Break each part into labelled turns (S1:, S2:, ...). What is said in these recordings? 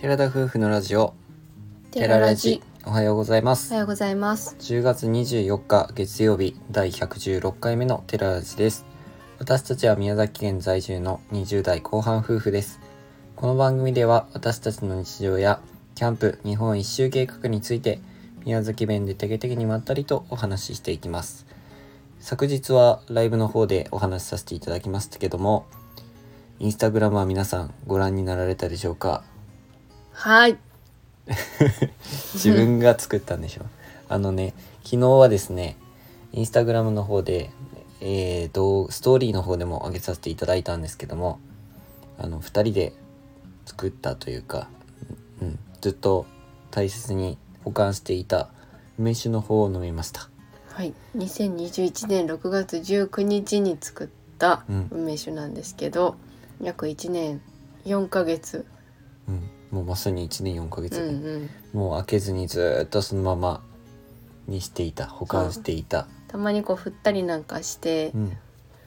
S1: 寺田夫婦のラジオ
S2: テララジ。
S1: おはようございま
S2: お
S1: す
S2: はようございます。
S1: 10月24日月曜日第116回目のテララジです私たちは宮崎県在住の20代後半夫婦ですこの番組では私たちの日常やキャンプ日本一周計画について宮崎弁でテゲテゲにまったりとお話ししていきます昨日はライブの方でお話しさせていただきましたけどもインスタグラムは皆さんご覧になられたでしょうか
S2: はい。
S1: 自分が作ったんでしょあのね昨日はですねインスタグラムの方で、えー、とストーリーの方でも上げさせていただいたんですけどもあの2人で作ったというか、うん、ずっと大切に保管していた梅酒の方を飲みました
S2: はい。2021年6月19日に作った
S1: うん
S2: 梅酒なんですけど、約1年4ヶ月。
S1: うん、もうまさに1年4ヶ
S2: う
S1: 月
S2: ん
S1: で、
S2: うん。
S1: もう開けずにずーっとそのままにしていた保管していた
S2: たまにこう振ったりなんかして
S1: うん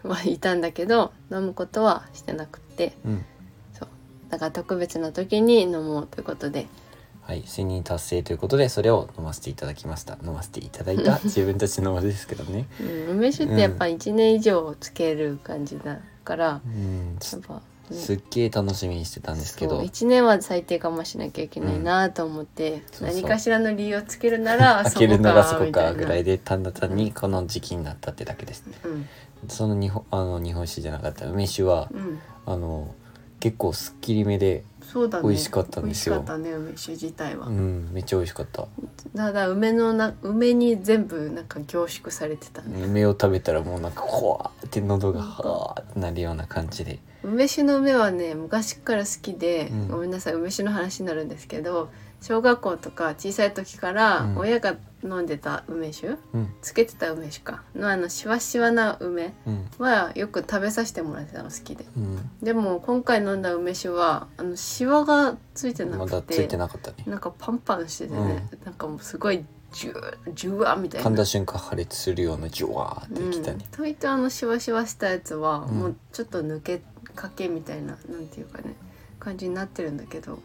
S2: はいたんだけど、飲むことはしてなくて、
S1: うん
S2: だから特別な時に飲もうということで、
S1: はい、1000人達成ということでそれを飲ませていただきました飲ませていただいた自分たちのですけどね
S2: うん、梅酒ってやっぱ1年以上つける感じだから
S1: う、ん
S2: や
S1: す
S2: っぱ、ね
S1: すっげえ楽しみにしてたんですけど
S2: 1年は最低我慢しなきゃいけないなと思って、
S1: そうそう
S2: 何かしらの理由をつける なら
S1: 開けるならそこ
S2: みた
S1: かぐらい
S2: い
S1: でただ単にこの時期になったってだけです
S2: なうん
S1: その日本あの日本酒じゃなかった梅酒は
S2: うん
S1: あの結構すっきりめで、
S2: そうだね
S1: 美味しかったんですよ
S2: 美味しかったね梅酒自体は、
S1: うん、めっちゃ美味しかった
S2: ただ梅のな梅に全部なんか凝縮されてたね
S1: 梅を食べたらもうなんかほわーって喉がはーってなるような感じで
S2: 梅酒の梅はね昔から好きで、
S1: うん
S2: ごめんなさい梅酒の話になるんですけど小学校とか小さい時から
S1: うん
S2: 親が飲んでた梅酒、
S1: うん
S2: つけてた梅酒かのあのしわしわな梅
S1: うん
S2: はよく食べさせてもらってたの好きで
S1: うん
S2: でも今回飲んだ梅酒はあのシワがついてな
S1: ま
S2: く
S1: だ
S2: て,、
S1: ついてなかったね
S2: なんかパンパンしててね、なんかもうすごいジュージュワーみたい
S1: 噛
S2: なん
S1: だ瞬間破裂するようなジュワーってきたね、
S2: うん、といってあのシワシワしたやつは、
S1: うん
S2: もうちょっと抜けかけみたいななんていうかね感じになってるんだけど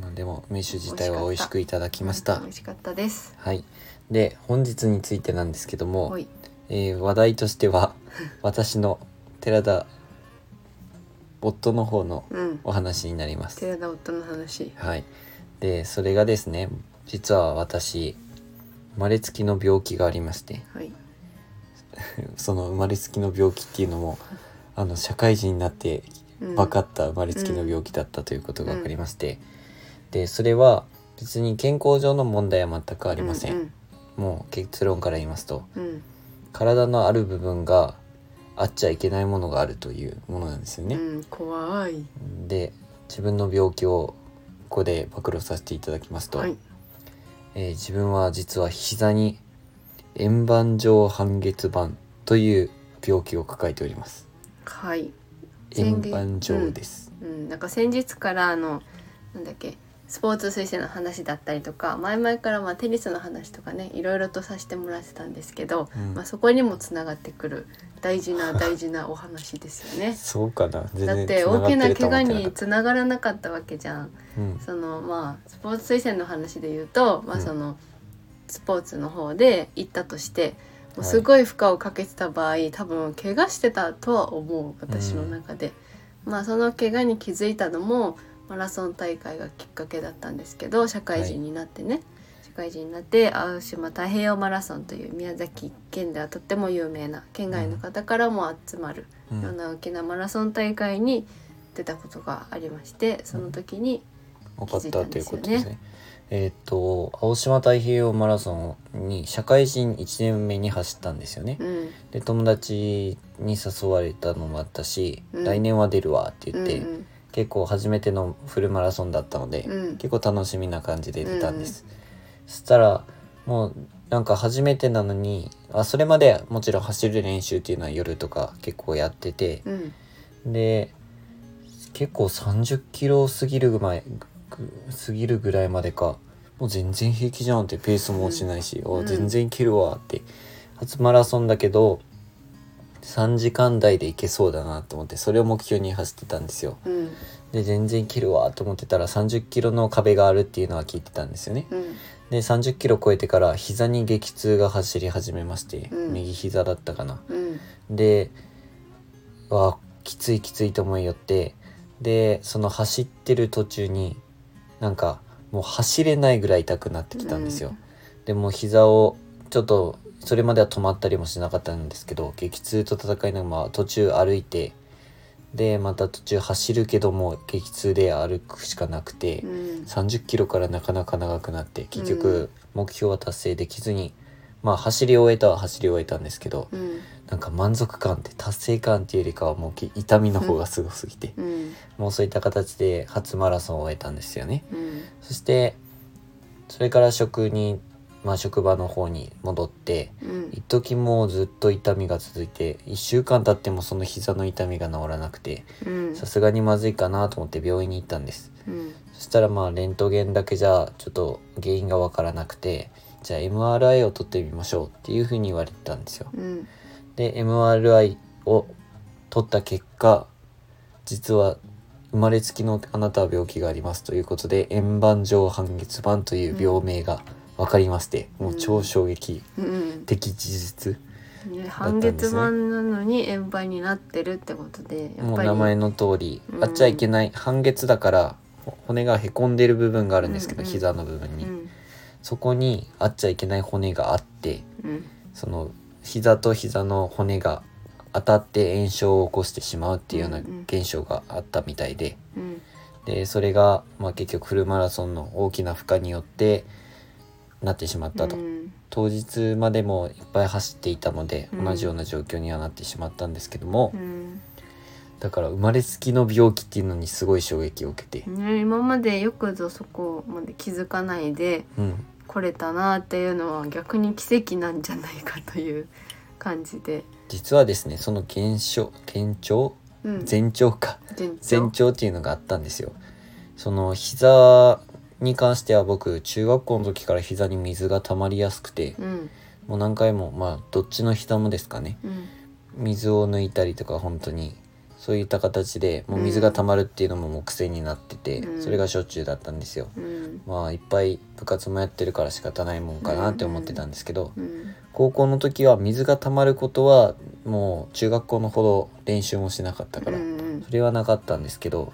S1: まあでも梅酒自体は美味しくいただきまし
S2: うん
S1: た
S2: 美味しかったです
S1: はいで本日についてなんですけども
S2: お、い
S1: えー話題としては私の寺田夫の方の
S2: うん
S1: お話になります
S2: 寺田夫の話
S1: はいでそれがですね実は私生まれつきの病気がありまして
S2: はい
S1: その生まれつきの病気っていうのもあの社会人になって
S2: うん
S1: 分かった生まれつきの病気だったということが分かりまして、でそれは別に健康上の問題は全くありません、
S2: うん
S1: もう結論から言いますと
S2: うん
S1: 体のある部分があっちゃいけないものがあるというものなんですよ
S2: う
S1: ね、
S2: ん、怖い
S1: で自分の病気をここで暴露させていただきますと、
S2: はい
S1: えー自分は実は膝に円盤状半月板という病気を抱えております
S2: はい
S1: 円
S2: 前月
S1: 盤状です、
S2: うん、なんか先日からあのなんだっけスポーツ推薦の話だったりとか前々からまあテニスの話とかねいろいろとさせてもらってたんですけど、
S1: うん
S2: まあ、そこにもつながってくる大事な大事なお話ですよね。
S1: そうかな 全
S2: だっ
S1: 然
S2: て大き
S1: 繋が
S2: な
S1: ってると
S2: 怪
S1: は思ってなか
S2: 我に
S1: っ
S2: つながらなかったわけじゃん。
S1: たうん
S2: そのまあスポーツ推薦の話で言うと、ま
S1: う
S2: あ、
S1: ん
S2: そのスポーツの方で行ったとしてもうすごい負荷をかけてた場合、多分怪我してたとは思う私の中で、まあその怪我に気づいたのもマラソン大会がきっかけだったんですけど社会人になってね、社会人になって青島太平洋マラソンという宮崎県ではとっても有名な県外の方からも集まる
S1: うん
S2: いろんな大きなマラソン大会に出たことがありましてその時に、
S1: 分かったということですね。えーっと青島太平洋マラソンに社会人1年目に走ったんですよね。
S2: うん、
S1: で友達に誘われたのもあったし、
S2: うん
S1: 来年は出るわって言って、
S2: うん
S1: 結構初めてのフルマラソンだったので、
S2: うん
S1: 結構楽しみな感じで出たんです。そしたらもうなんか初めてなのにあそれまでもちろん走る練習っていうのは夜とか結構やってて、
S2: うんうん
S1: で結構30キロ過ぎるぐまいぐ過ぎるぐらいまでかもう全然平気じゃんってペースも落ちないし、
S2: ん
S1: あ
S2: うん
S1: 全然いけるわって初マラソンだけど3時間台で行けそうだなと思ってそれを目標に走ってたんですよ
S2: うん
S1: で全然切るわと思ってたら30キロの壁があるっていうのは聞いてたんですよね
S2: うん
S1: で30キロ超えてから膝に激痛が走り始めまして、
S2: うん
S1: 右膝だったかな
S2: うん
S1: でわあきついきついと思いよってでその走ってる途中になんかもう走れないぐらい痛くなってきたんですよ、でもう膝をちょっとそれまでは止まったりもしなかったんですけど激痛と戦いながらまあ途中歩いてでまた途中走るけども激痛で歩くしかなくて、
S2: うん
S1: 30キロからなかなか長くなって結
S2: う
S1: 局目標は達成できずに、まあ走り終えたは走り終えたんですけど
S2: うん
S1: なんか満足感って達成感っていうよりかはもうき痛みの方がすごすぎて、
S2: うん
S1: もうそういった形で初マラソンを終えたんですよね。
S2: うん
S1: そしてそれから職に、まあ、職場の方に戻って
S2: うん
S1: 一時もうずっと痛みが続いて1週間経ってもその膝の痛みが治らなくて
S2: うん
S1: さすがにまずいかなと思って病院に行ったんです
S2: うん
S1: そしたらまあレントゲンだけじゃちょっと原因がわからなくてじゃあ MRI を取ってみましょうっていうふうに言われてたんですよ
S2: うん
S1: で MRI を取った結果実は生まれつきのあなたは病気がありますということで円盤状半月板という病名が分かりまして、もう超衝撃
S2: うん
S1: 的事実、
S2: ね半月板なのに円盤になってるってことでや
S1: も
S2: っ
S1: う
S2: ぱり
S1: 名前の通り、
S2: うん
S1: あっちゃいけない半月だからほ骨がへこんでる部分があるんですけど、
S2: うんうん
S1: 膝の部分
S2: う
S1: に、
S2: ん
S1: そこにあっちゃいけない骨があって
S2: うん
S1: その膝と膝の骨が当たって炎症を起こしてしまうっていうような
S2: うんうん
S1: 現象があったみたいで、
S2: うん
S1: でそれが、まあ、結局フルマラソンの大きな負荷によってなってしまったと、
S2: うん
S1: 当日までもいっぱい走っていたので
S2: うん
S1: 同じような状況にはなってしまったんですけども、
S2: うん
S1: だから生まれつきの病気っていうのにすごい衝撃を受けて、
S2: ね今までよくぞそこまで気づかないで
S1: うん、
S2: 来れたなっていうのは逆に奇跡なんじゃないかという感じで、
S1: 実はですねその現象現兆
S2: うん、
S1: 前兆か
S2: 全
S1: 前兆っていうのがあったんですよその膝に関しては僕中学校の時から膝に水が溜まりやすくて
S2: うん
S1: もう何回もまあどっちの膝もですかね
S2: うん
S1: 水を抜いたりとか本当にそういった形でもう水が溜まるっていうのももう癖になってて、
S2: うん
S1: それがしょっちゅうだったんですよ
S2: うん
S1: まあいっぱい部活もやってるから仕方ないもんかなって思ってたんですけど
S2: うん
S1: 高校の時は水が溜まることはもう中学校のほど練習もしなかった
S2: う
S1: から
S2: ん
S1: それはなかったんですけど、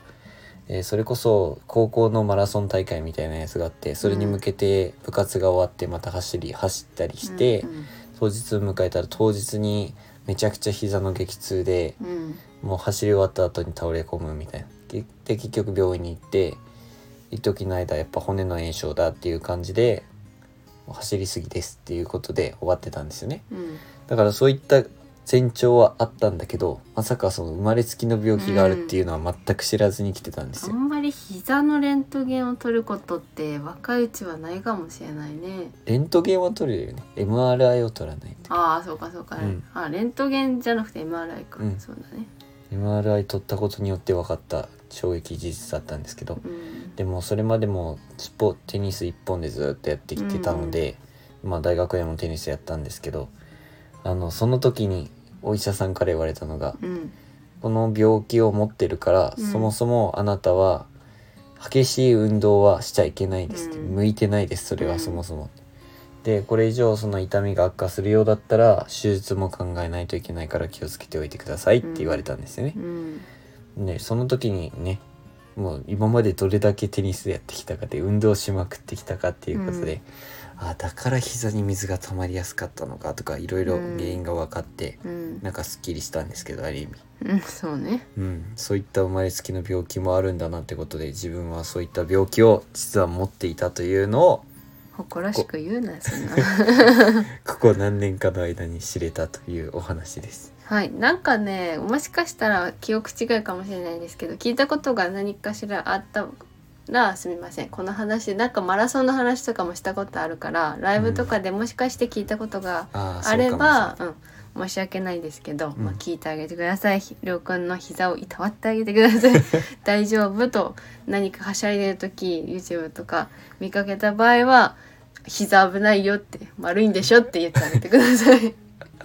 S1: えーそれこそ高校のマラソン大会みたいなやつがあってそれに向けて部活が終わってまた走り走ったりして、
S2: うん
S1: 当日を迎えたら当日にめちゃくちゃ膝の激痛で
S2: うん
S1: もう走り終わった後に倒れ込むみたいな。でで結局病院に行って一時の間やっぱ骨の炎症だっていう感じで走りすぎですっていうことで終わってたんですよね。
S2: うん
S1: だからそういった前兆はあったんだけどまさかその生まれつきの病気があるっていうのは全く知らずに来てたんです
S2: あ
S1: よ、
S2: んまり膝のレントゲンを取ることって若いうちはないかもしれないね
S1: レントゲンは取れるよね MRI を取らないって
S2: ああそうかそうか、
S1: うん
S2: あレントゲンじゃなくて MRI か、
S1: うん
S2: そうだね
S1: MRI 取ったことによって分かった衝撃事実だったんですけど
S2: うん
S1: でもそれまでもスポテニス一本でずっとやってきてたので、まあ大学でもテニスやったんですけどあのその時にお医者さんから言われたのが
S2: うん
S1: この病気を持ってるから、
S2: うん
S1: そもそもあなたは激しい運動はしちゃいけないですって、
S2: うん
S1: 向いてないですそれ
S2: う
S1: は
S2: ん
S1: そもそも。でこれ以上その痛みが悪化するようだったら手術も考えないといけないから気をつけておいてくださいって言われたんですよね
S2: う。ん
S1: でその時にねもう今までどれだけテニスやってきたかで運動しまくってきたかっていうことで、あだから膝に水が溜まりやすかったのかとかいろいろ原因が分かって、
S2: うん
S1: なんかすっきりしたんですけどある意味。
S2: うんそうね
S1: うん、そういった生まれつきの病気もあるんだなってことで自分はそういった病気を実は持っていたというのを
S2: 誇らしく言うなそんな
S1: ここ何年かの間に知れたというお話です。
S2: はいなんかねもしかしたら記憶違いかもしれないですけど聞いたことが何かしらあったらすみませんこの話なんかマラソンの話とかもしたことあるからライブとかでもしかして聞いたことが
S1: あー
S2: あれ
S1: そう
S2: ばうん、申し訳ないですけど、
S1: うん
S2: まあ、聞いてあげてくださいひりょうくんの膝をいたわってあげてください 大丈夫と何かはしゃいでる時 YouTube とか見かけた場合は膝危ないよって丸いんでしょって言ってあげてください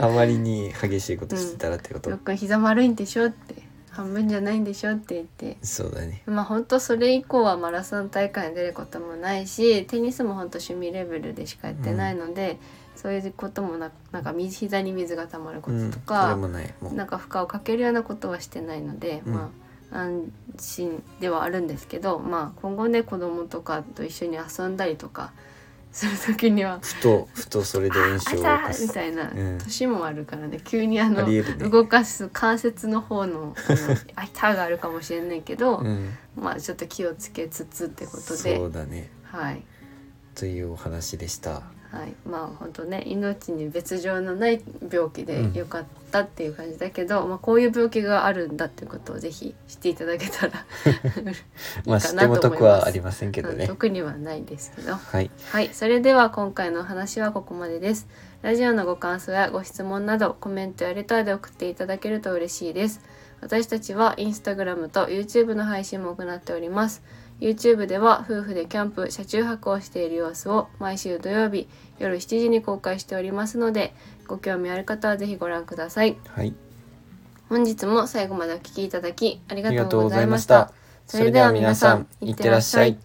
S1: あまりに激しいことしてたらってこと、
S2: よく膝丸いんでしょって半分じゃないんでしょって言って
S1: そうだね
S2: まあ本当それ以降はマラソン大会に出ることもないしテニスも本当趣味レベルでしかやってないので、そういうこともななんか水膝に水が溜まるこ
S1: うん
S2: と
S1: そ
S2: とか
S1: れ、もないもう
S2: なんか負荷をかけるようなことはしてないので、
S1: うん
S2: まあ安心ではあるんですけど、まあ、今後ね子供とかと一緒に遊んだりとかする時には
S1: ふとふとそれ
S2: 「
S1: で
S2: あ
S1: 炎症を起
S2: 朝
S1: こ」
S2: み
S1: す
S2: たいな
S1: うん
S2: 年もあるからね急にあ
S1: あ
S2: の
S1: りえるね
S2: 動かす関節の 方のあのあ痛があるかもしれないけど、
S1: うん
S2: まあちょっと気をつけつつってことで
S1: そうだね
S2: はい
S1: というお話でした
S2: はいまあ本当ね命に別状のない病気で
S1: うん
S2: よかったっていう感じだけど、まあこういう病気があるんだっていうことをぜひ知っていただけたらい
S1: まあ
S2: い
S1: 知
S2: か
S1: って
S2: な
S1: も
S2: と思い
S1: 得
S2: ま
S1: は
S2: す
S1: あり。ませんけど
S2: うん
S1: ね
S2: 特にはないですけど
S1: はい
S2: はいそれでは今回のお話はここまでですラジオのご感想やご質問などコメントやレターで送っていただけると嬉しいです私たちはインスタグラムと YouTube の配信も行っております YouTube では夫婦でキャンプ車中泊をしている様子を毎週土曜日夜7時に公開しておりますのでご興味ある方はぜひご覧ください
S1: はい
S2: 本日も最後までお聞きいただきあり
S1: あ
S2: が
S1: りが
S2: と
S1: とうご
S2: うご
S1: ざ
S2: ざ
S1: い
S2: い
S1: ま
S2: ま
S1: し
S2: したた
S1: それでは皆さんいってらっしゃい